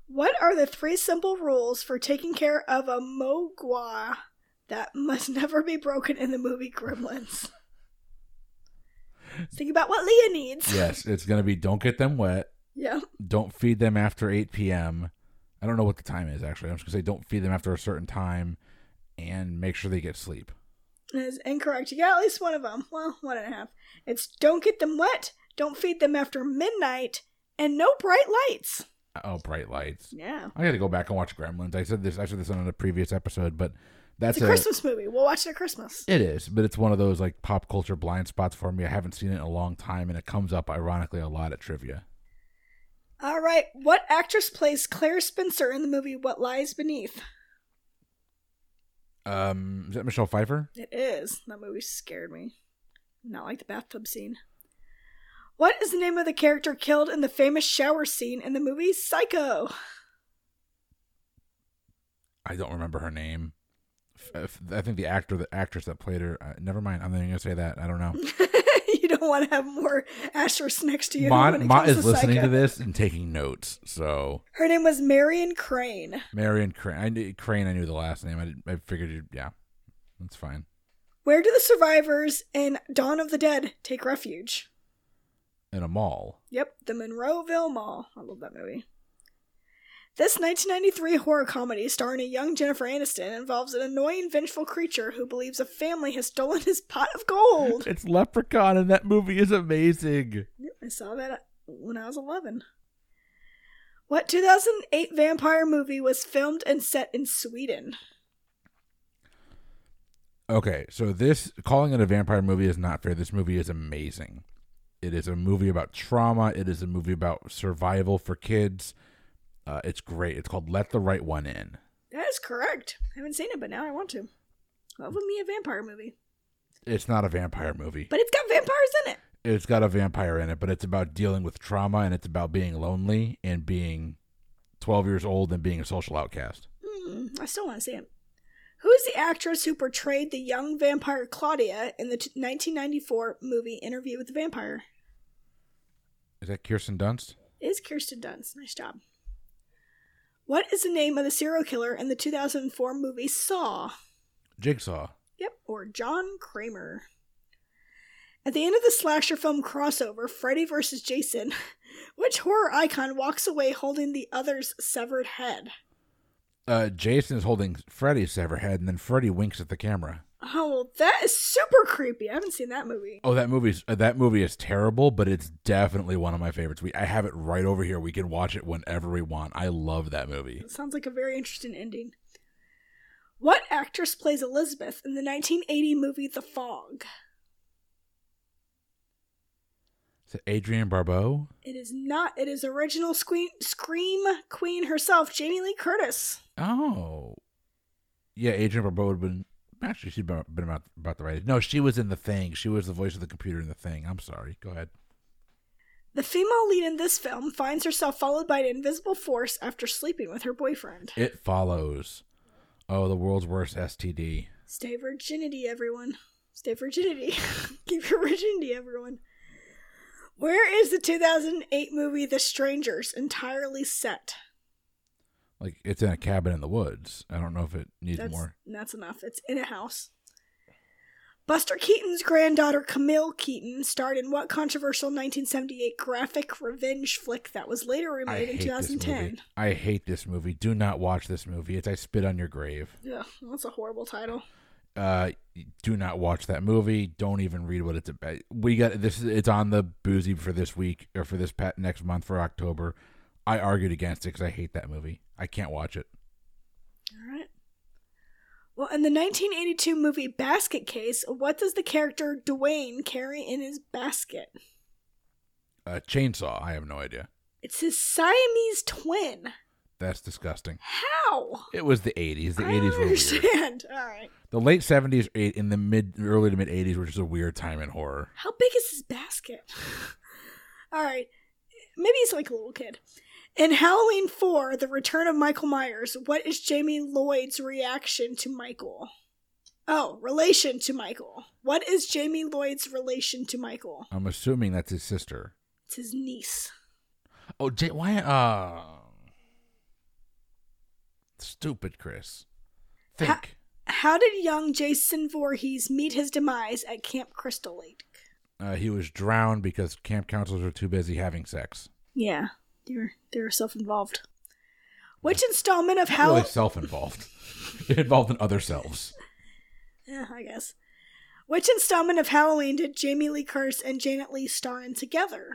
What are the three simple rules for taking care of a mogwa that must never be broken in the movie Gremlins? Think about what Leah needs.
Yes, it's going to be don't get them wet,
Yeah.
don't feed them after 8 p.m. I don't know what the time is, actually. I'm just going to say don't feed them after a certain time and make sure they get sleep.
That is incorrect. You got at least one of them. Well, one and a half. It's don't get them wet, don't feed them after midnight, and no bright lights.
Oh, bright lights!
Yeah.
I got to go back and watch Gremlins. I said this. I said this on a previous episode, but that's
It's a Christmas movie. We'll watch it at Christmas.
It is, but it's one of those like pop culture blind spots for me. I haven't seen it in a long time, and it comes up ironically a lot at trivia.
All right. What actress plays Claire Spencer in the movie What Lies Beneath?
Um, is that Michelle Pfeiffer?
It is. That movie scared me. Not like the bathtub scene. What is the name of the character killed in the famous shower scene in the movie Psycho?
I don't remember her name. F- f- I think the actor, the actress that played her. Uh, never mind. I'm not even gonna say that. I don't know.
you don't want to have more asterisks next to you. when
Mont
it
Mont
comes
is listening
Psycho.
to this and taking notes. So
Her name was Marion Crane.
Marion Crane. I knew, Crane. I knew the last name. I did, I figured. you Yeah, that's fine.
Where do the survivors in Dawn of the Dead take refuge?
In a mall.
Yep, the Monroeville Mall. I love that movie. This 1993 horror comedy starring a young Jennifer Aniston involves an annoying, vengeful creature who believes a family has stolen his pot of gold.
It's Leprechaun, and that movie is amazing.
Yep, I saw that when I was 11. What 2008 vampire movie was filmed and set in Sweden?
Okay, so this calling it a vampire movie is not fair. This movie is amazing. It is a movie about trauma. It is a movie about survival for kids. Uh, it's great. It's called Let the Right One In.
That is correct. I haven't seen it, but now I want to. Love me a vampire movie.
It's not a vampire movie.
But it's got vampires in it.
It's got a vampire in it, but it's about dealing with trauma and it's about being lonely and being 12 years old and being a social outcast.
Mm, I still want to see it. Who is the actress who portrayed the young vampire Claudia in the t- 1994 movie Interview with the Vampire?
Is that Kirsten Dunst?
It is Kirsten Dunst. Nice job. What is the name of the serial killer in the 2004 movie Saw?
Jigsaw.
Yep, or John Kramer. At the end of the slasher film crossover, Freddy vs. Jason, which horror icon walks away holding the other's severed head?
Uh, Jason is holding Freddy's severed head, and then Freddy winks at the camera.
Oh, well, that is super creepy. I haven't seen that movie.
Oh, that movie's uh, that movie is terrible, but it's definitely one of my favorites. We I have it right over here. We can watch it whenever we want. I love that movie.
It sounds like a very interesting ending. What actress plays Elizabeth in the 1980 movie The Fog?
Is it Adrienne Barbeau?
It is not. It is original screen, Scream Queen herself, Jamie Lee Curtis.
Oh, yeah, Adrienne Barbeau would have been. Actually, she'd been been about about the right. No, she was in the thing. She was the voice of the computer in the thing. I'm sorry. Go ahead.
The female lead in this film finds herself followed by an invisible force after sleeping with her boyfriend.
It follows. Oh, the world's worst STD.
Stay virginity, everyone. Stay virginity. Keep your virginity, everyone. Where is the 2008 movie The Strangers entirely set?
Like it's in a cabin in the woods. I don't know if it needs
That's,
more.
that's enough. It's in a house. Buster Keaton's granddaughter Camille Keaton starred in what controversial 1978 graphic revenge flick that was later
I
remade in
hate this movie.
2010?
I hate this movie. Do not watch this movie. It's I spit on your grave.
Yeah, that's a horrible title.
Uh, do not watch that movie. Don't even read what it's about. We got this. is It's on the boozy for this week or for this pet next month for October. I argued against it because I hate that movie. I can't watch it.
All right. Well, in the 1982 movie Basket Case, what does the character Dwayne carry in his basket?
Uh, chainsaw. I have no idea.
It's his Siamese twin.
That's disgusting.
How?
It was the '80s. The
I
'80s
don't
were weird.
understand. All right.
The late '70s, eight in the mid, early to mid '80s, were just a weird time in horror.
How big is his basket? All right. Maybe he's like a little kid. In Halloween 4, The Return of Michael Myers, what is Jamie Lloyd's reaction to Michael? Oh, relation to Michael. What is Jamie Lloyd's relation to Michael?
I'm assuming that's his sister.
It's his niece.
Oh, J- why? Uh, stupid Chris. Think.
Ha- How did young Jason Voorhees meet his demise at Camp Crystal Lake?
Uh, he was drowned because camp counselors were too busy having sex.
Yeah, they were, they were self involved. Which installment of
Not
Halloween?
Really self-involved. involved in other selves.
Yeah, I guess. Which installment of Halloween did Jamie Lee Curtis and Janet Lee star in together?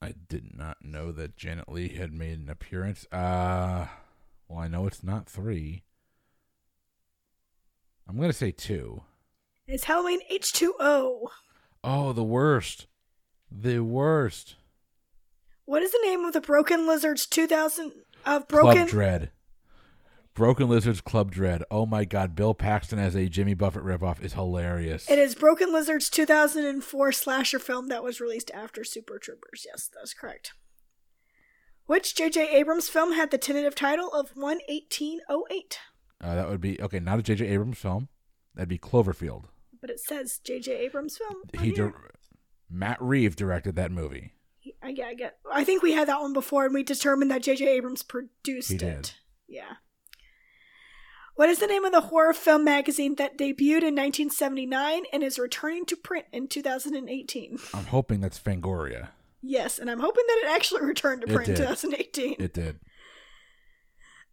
I did not know that Janet Lee had made an appearance. Uh, well, I know it's not three. I'm gonna say two.
It's Halloween H2O.
Oh, the worst. The worst.
What is the name of the Broken Lizards 2000 of
Club
Broken?
Dread. Broken Lizards Club Dread. Oh my god, Bill Paxton as a Jimmy Buffett ripoff is hilarious.
It is Broken Lizards 2004 slasher film that was released after Super Troopers. Yes, that's correct. Which J.J. Abrams film had the tentative title of 11808?
Uh, that would be okay. Not a J.J. Abrams film. That'd be Cloverfield.
But it says J.J. Abrams film. on
He
here.
dir- Matt Reeve directed that movie.
I, yeah, I get. I think we had that one before, and we determined that J.J. Abrams produced
He
it.
did.
Yeah. What is the name of the horror film magazine that debuted in 1979 and is returning to print in 2018?
I'm hoping that's Fangoria.
Yes, and I'm hoping that it actually returned to
It
print in
did.
2018.
It did.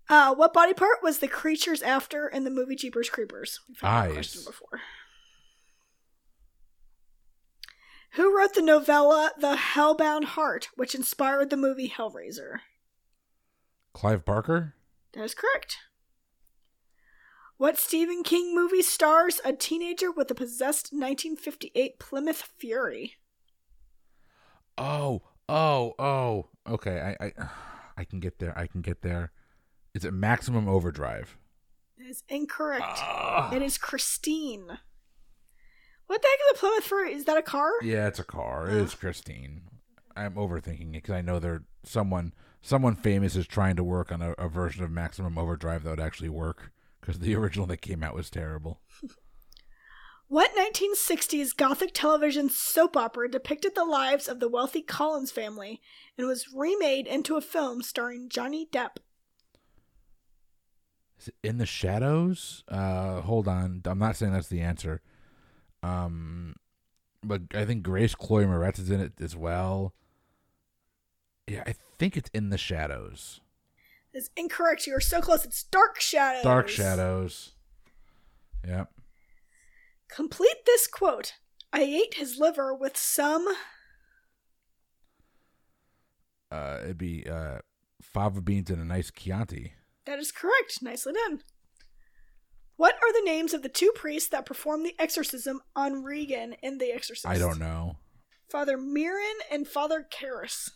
Uh, what body part was the creatures after in the movie Jeepers Creepers? We've had that
Eyes.
question before. Who wrote the novella The Hellbound Heart, which inspired the movie Hellraiser?
Clive Barker.
That is correct. What Stephen King movie stars a teenager with a possessed 1958 Plymouth Fury?
Oh, oh, oh. Okay, I, I, I can get there. I can get there. Is it Maximum Overdrive?
That is incorrect.
Ah.
It is Christine. What the heck is a Plymouth Fury? Is that a car?
Yeah, it's a car. It is Christine. I'm overthinking it because I know there someone someone famous is trying to work on a, a version of Maximum Overdrive that would actually work because the original that came out was terrible.
What 1960s Gothic television soap opera depicted the lives of the wealthy Collins family and was remade into a film starring Johnny Depp?
Is it In the Shadows? Uh, hold on. I'm not saying that's the answer. Um, but I think Grace Chloe Moretz is in it as well. Yeah, I think it's In the Shadows.
is incorrect. You are so close. It's Dark Shadows.
Dark Shadows. Yep.
Complete this quote. I ate his liver with some.
Uh, it'd be uh, fava beans and a nice Chianti.
That is correct. Nicely done. What are the names of the two priests that performed the exorcism on Regan in The Exorcist?
I don't know.
Father Miran and Father Karras.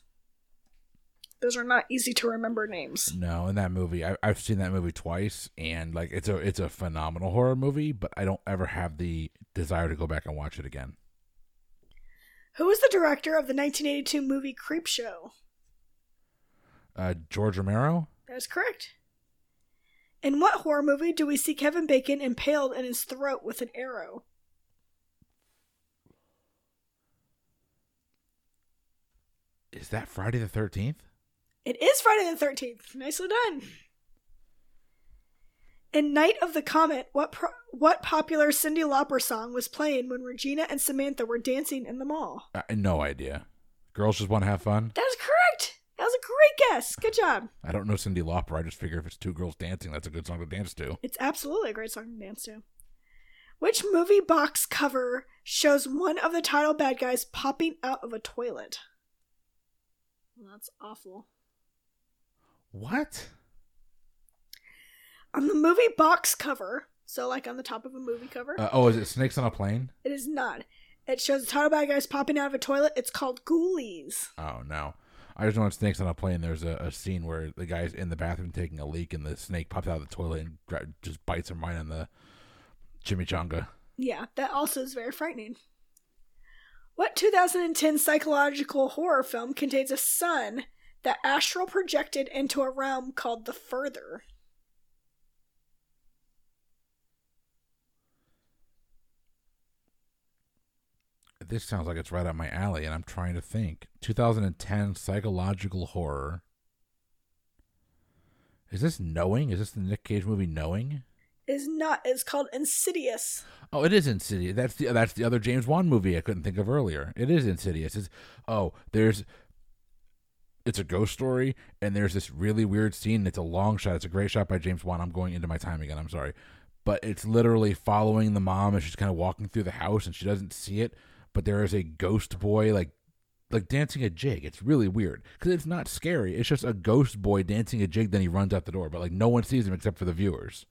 Those are not easy to remember names.
No, in that movie, I, I've seen that movie twice, and like it's a it's a phenomenal horror movie, but I don't ever have the desire to go back and watch it again.
Who was the director of the 1982 movie Creepshow?
Uh, George Romero.
That is correct. In what horror movie do we see Kevin Bacon impaled in his throat with an arrow?
Is that Friday the Thirteenth?
It is Friday the 13th. Nicely done. In Night of the Comet, what pro- what popular Cindy Lauper song was playing when Regina and Samantha were dancing in the mall?
I no idea. Girls just want to have fun.
That is correct. That was a great guess. Good job.
I don't know Cindy Lauper. I just figure if it's two girls dancing, that's a good song to dance to.
It's absolutely a great song to dance to. Which movie box cover shows one of the title bad guys popping out of a toilet? Well, that's awful.
What?
On the movie box cover, so like on the top of a movie cover,
Uh, oh, is it Snakes on a Plane?
it is not. It shows the title bad guys popping out of a toilet. It's called Ghoulies.
Oh no. I just know in Snakes on a Plane, there's a, a scene where the guy's in the bathroom taking a leak, and the snake pops out of the toilet and gra- just bites him right on the chimichanga.
Yeah, that also is very frightening. What 2010 psychological horror film contains a sun that astral projected into a realm called the Further?
This sounds like it's right up my alley, and I'm trying to think. 2010 psychological horror. Is this Knowing? Is this the Nick Cage movie Knowing?
Is not is called Insidious.
Oh, it is Insidious. That's the that's the other James Wan movie I couldn't think of earlier. It is Insidious. It's, oh, there's it's a ghost story, and there's this really weird scene. It's a long shot. It's a great shot by James Wan. I'm going into my time again. I'm sorry, but it's literally following the mom as she's kind of walking through the house, and she doesn't see it. But there is a ghost boy like like dancing a jig. It's really weird because it's not scary. It's just a ghost boy dancing a jig. Then he runs out the door, but like no one sees him except for the viewers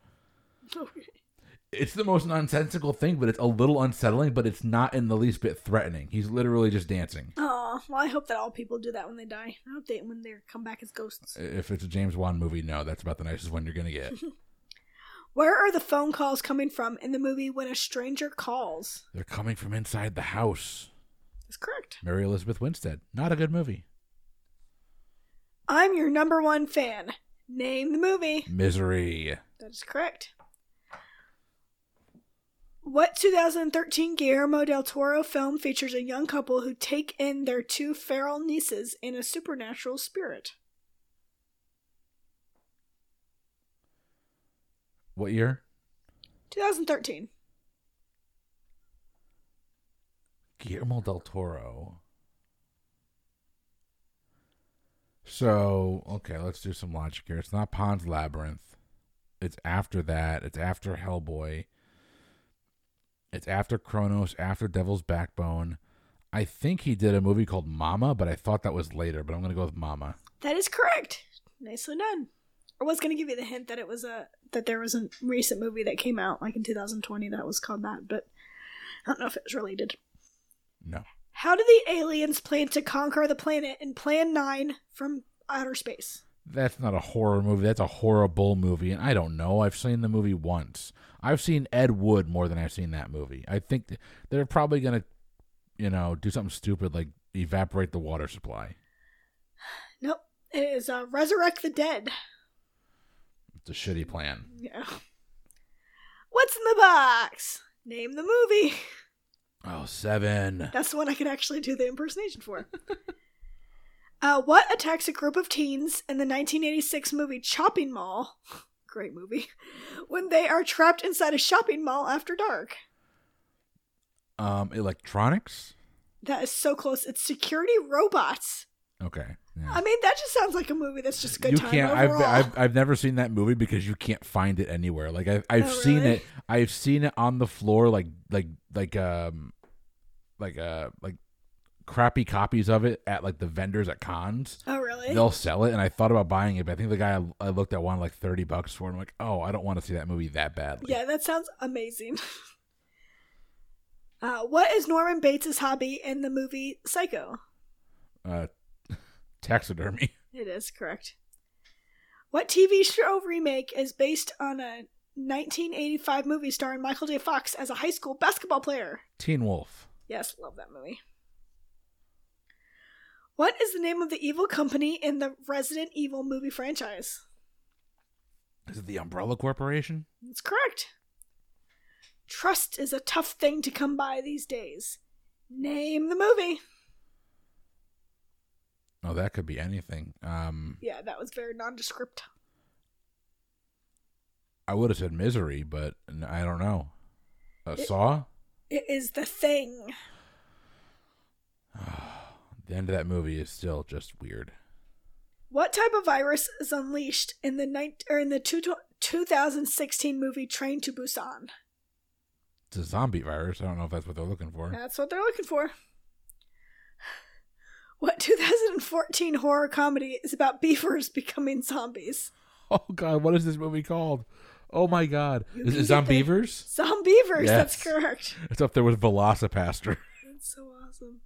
it's the most nonsensical thing, but it's a little unsettling, but it's not in the least bit threatening. He's literally just dancing.
Oh, well, I hope that all people do that when they die. I hope they when they come back as ghosts.
If it's a James Wan movie, no, that's about the nicest one you're going to get.
Where are the phone calls coming from in the movie When a Stranger Calls?
They're coming from inside the house.
That's correct.
Mary Elizabeth Winstead. Not a good movie.
I'm your number one fan. Name the movie.
Misery.
That is correct. What 2013 Guillermo del Toro film features a young couple who take in their two feral nieces in a supernatural spirit?
What year?
2013.
Guillermo del Toro. So, okay, let's do some logic here. It's not Pond's Labyrinth. It's after that. It's after Hellboy. It's after Kronos, after Devil's Backbone. I think he did a movie called Mama, but I thought that was later, but I'm going to go with Mama.
That is correct. Nicely done. I was going to give you the hint that it was a that there was a recent movie that came out like in 2020 that was called that, but I don't know if it was related.
No.
How do the aliens plan to conquer the planet in Plan 9 from outer space?
That's not a horror movie. That's a horrible movie. And I don't know. I've seen the movie once. I've seen Ed Wood more than I've seen that movie. I think th- they're probably going to, you know, do something stupid like evaporate the water supply.
Nope. It is uh, Resurrect the Dead.
It's a shitty plan.
Yeah. What's in the box? Name the movie.
Oh, seven.
That's the one I can actually do the impersonation for. uh, what attacks a group of teens in the 1986 movie Chopping Mall? Great movie. When they are trapped inside a shopping mall after dark.
Um, electronics?
That is so close. It's security robots.
Okay. Yeah.
I mean, that just sounds like a movie that's just good
you
time
can't. I've,
overall.
I've I've never seen that movie because you can't find it anywhere. Like I've I've
Oh,
seen
really?
it. I've seen it on the floor, like like like um, like uh like crappy copies of it at like the vendors at cons.
oh, really?
They'll sell it, and I thought about buying it, but I think the guy I, I looked at wanted like thirty bucks for, it. and I'm like, oh, I don't want to see that movie that badly.
Yeah, that sounds amazing. Uh, what is Norman Bates' hobby in the movie Psycho?
Uh, taxidermy.
It is correct. What TV show remake is based on a 1985 movie starring Michael J. Fox as a high school basketball player?
Teen Wolf.
Yes, love that movie. What is the name of the evil company in the Resident Evil movie franchise?
Is it the Umbrella Corporation?
That's correct. Trust is a tough thing to come by these days. Name the movie.
Oh, that could be anything. Um,
Yeah, that was very nondescript.
I would have said Misery, but n- I don't know. Uh,
It-
Saw.
It is the thing.
The end of that movie is still just weird.
What type of virus is unleashed in the night or in the two, 2016 movie Train to Busan?
It's a zombie virus. I don't know if that's what they're looking for.
That's what they're looking for. What 2014 horror comedy is about beavers becoming zombies?
Oh God, what is this movie called? Oh my God,
You
is
can
it
get there.
Zombievers?
Zombievers, that's
Yes.
correct.
It's up there with Velocipaster.
That's so awesome.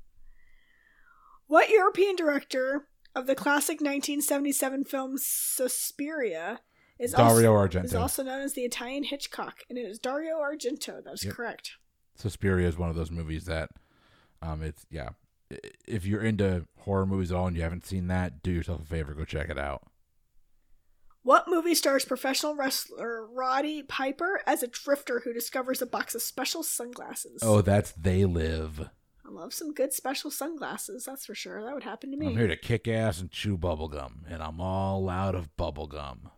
What European director of the classic 1977 film Suspiria is
Dario
also, is
Argento.
also known as the Italian Hitchcock, and it is Dario Argento. That's
Yep.
correct.
Suspiria is one of those movies that, um, it's yeah. I- If you're into horror movies at all and you haven't seen that, do yourself a favor, go check it out.
What movie stars professional wrestler Roddy Piper as a drifter who discovers a box of special sunglasses?
Oh, that's They Live.
I love some good special sunglasses. That's for sure. That would happen to
I'm here
me.
to kick ass and chew bubblegum, and I'm all out of bubblegum.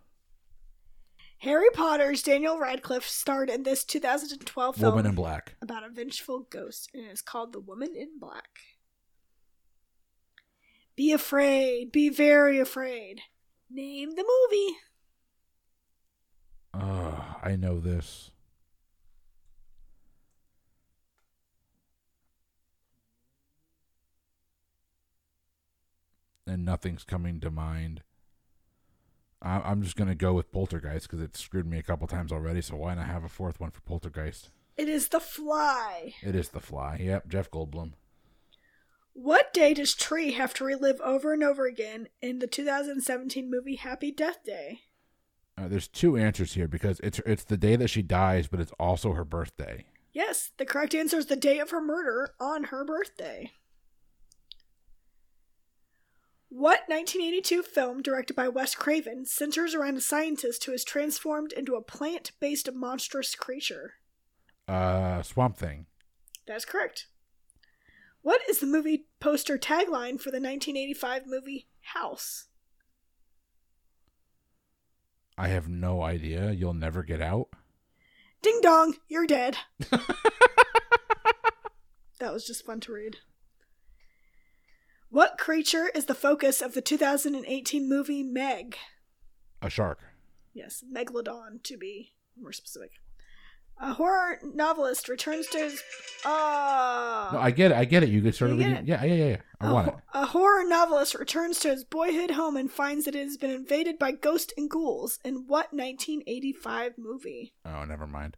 Harry Potter's Daniel Radcliffe starred in this 2012 film
Woman in Black.
about a vengeful ghost, and it is called The Woman in Black. Be afraid. Be very afraid. Name the movie.
Ugh, I know this. And nothing's coming to mind. I- I'm just going to go with Poltergeist because it screwed me a couple times already, so why not have a fourth one for Poltergeist?
It is The Fly.
It is The Fly. Yep, Jeff Goldblum.
What day does Tree have to relive over and over again in the 2017 movie Happy Death Day?
Uh, there's two answers here because it's it's the day that she dies, but it's also her birthday.
Yes, the correct answer is the day of her murder on her birthday. What 1982 film, directed by Wes Craven, centers around a scientist who is transformed into a plant based monstrous creature?
Uh, Swamp Thing.
That's correct. What is the movie poster tagline for the 1985 movie House?
I have no idea. You'll never get out.
Ding dong, you're dead. that was just fun to read. What creature is the focus of the 2018 movie Meg?
A shark.
Yes, Megalodon to be more specific. A horror novelist returns to his. Uh,
No, I get it. I get it. You get started.
You
with
get Oh.
you- Yeah, yeah, yeah, yeah. I
a
want it.
ho- A horror novelist returns to his boyhood home and finds that it has been invaded by ghosts and ghouls in what 1985 movie?
Oh, never mind.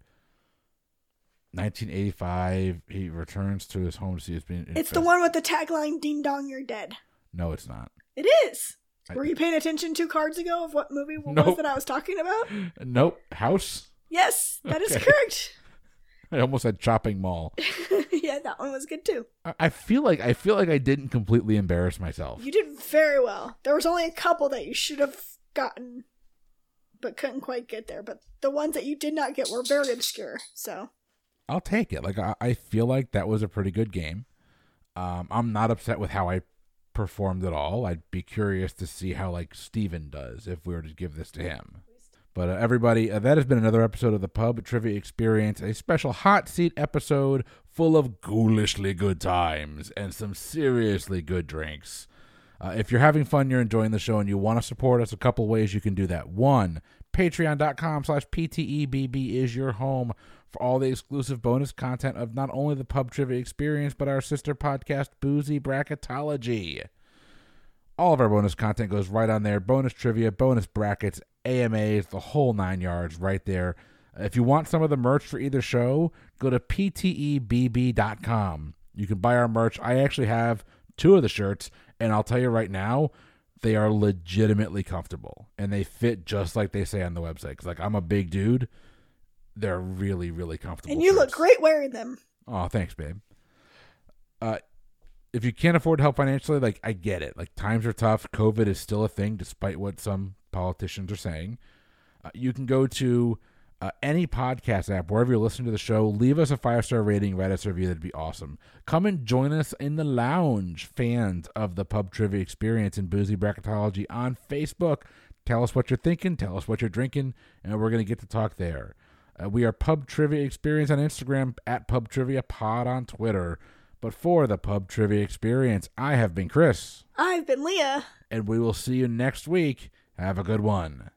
1985. He returns to his home to see his being.
It's the one with the tagline Ding Dong, You're Dead.
No, it's not.
It is.
I-
Were you paying attention two cards ago of what movie it was
Nope.
that I was talking about?
Nope. House.
Yes, that is
Okay.
correct.
I almost said shopping mall.
yeah, that one was good too.
I- I feel like I feel like I didn't completely embarrass myself.
You did very well. There was only a couple that you should have gotten, but couldn't quite get there. But the ones that you did not get were very obscure. So
I'll take it. Like I, I feel like that was a pretty good game. Um, I'm not upset with how I performed at all. I'd be curious to see how like Steven does if we were to give this to him. But uh, everybody, uh, that has been another episode of the Pub Trivia Experience, a special hot seat episode full of ghoulishly good times and some seriously good drinks. Uh, if you're having fun, you're enjoying the show, and you want to support us, a couple ways you can do that. One, patreon.com slash PTEBB is your home for all the exclusive bonus content of not only the pub trivia experience, but our sister podcast, Boozy Bracketology. All of our bonus content goes right on there. Bonus trivia, bonus brackets, AMAs, the whole nine yards right there. If you want some of the merch for either show, go to E ptebb.com. You can buy our merch. I actually have two of the shirts, and I'll tell you right now, they are legitimately comfortable and they fit just like they say on the website. 'Cause, like I'm a big dude, they're really, really comfortable.
And you look
shirts.
great wearing them.
Oh, thanks, babe. Uh, if you can't afford help financially, like I get it. Like times are tough. COVID is still a thing, despite what some politicians are saying. Uh, you can go to uh, any podcast app wherever you're listening to the show. Leave us a five star rating, write us a review. That'd be awesome. Come and join us in the lounge, fans of the pub trivia experience and boozy bracketology on Facebook. Tell us what you're thinking. Tell us what you're drinking, and we're gonna get to talk there. Uh, we are Pub Trivia Experience on Instagram, at Pub Trivia Pod on Twitter. But for the Pub Trivia Experience, I have been Chris,
I've been Leah.
and we will see you next week. Have a good one.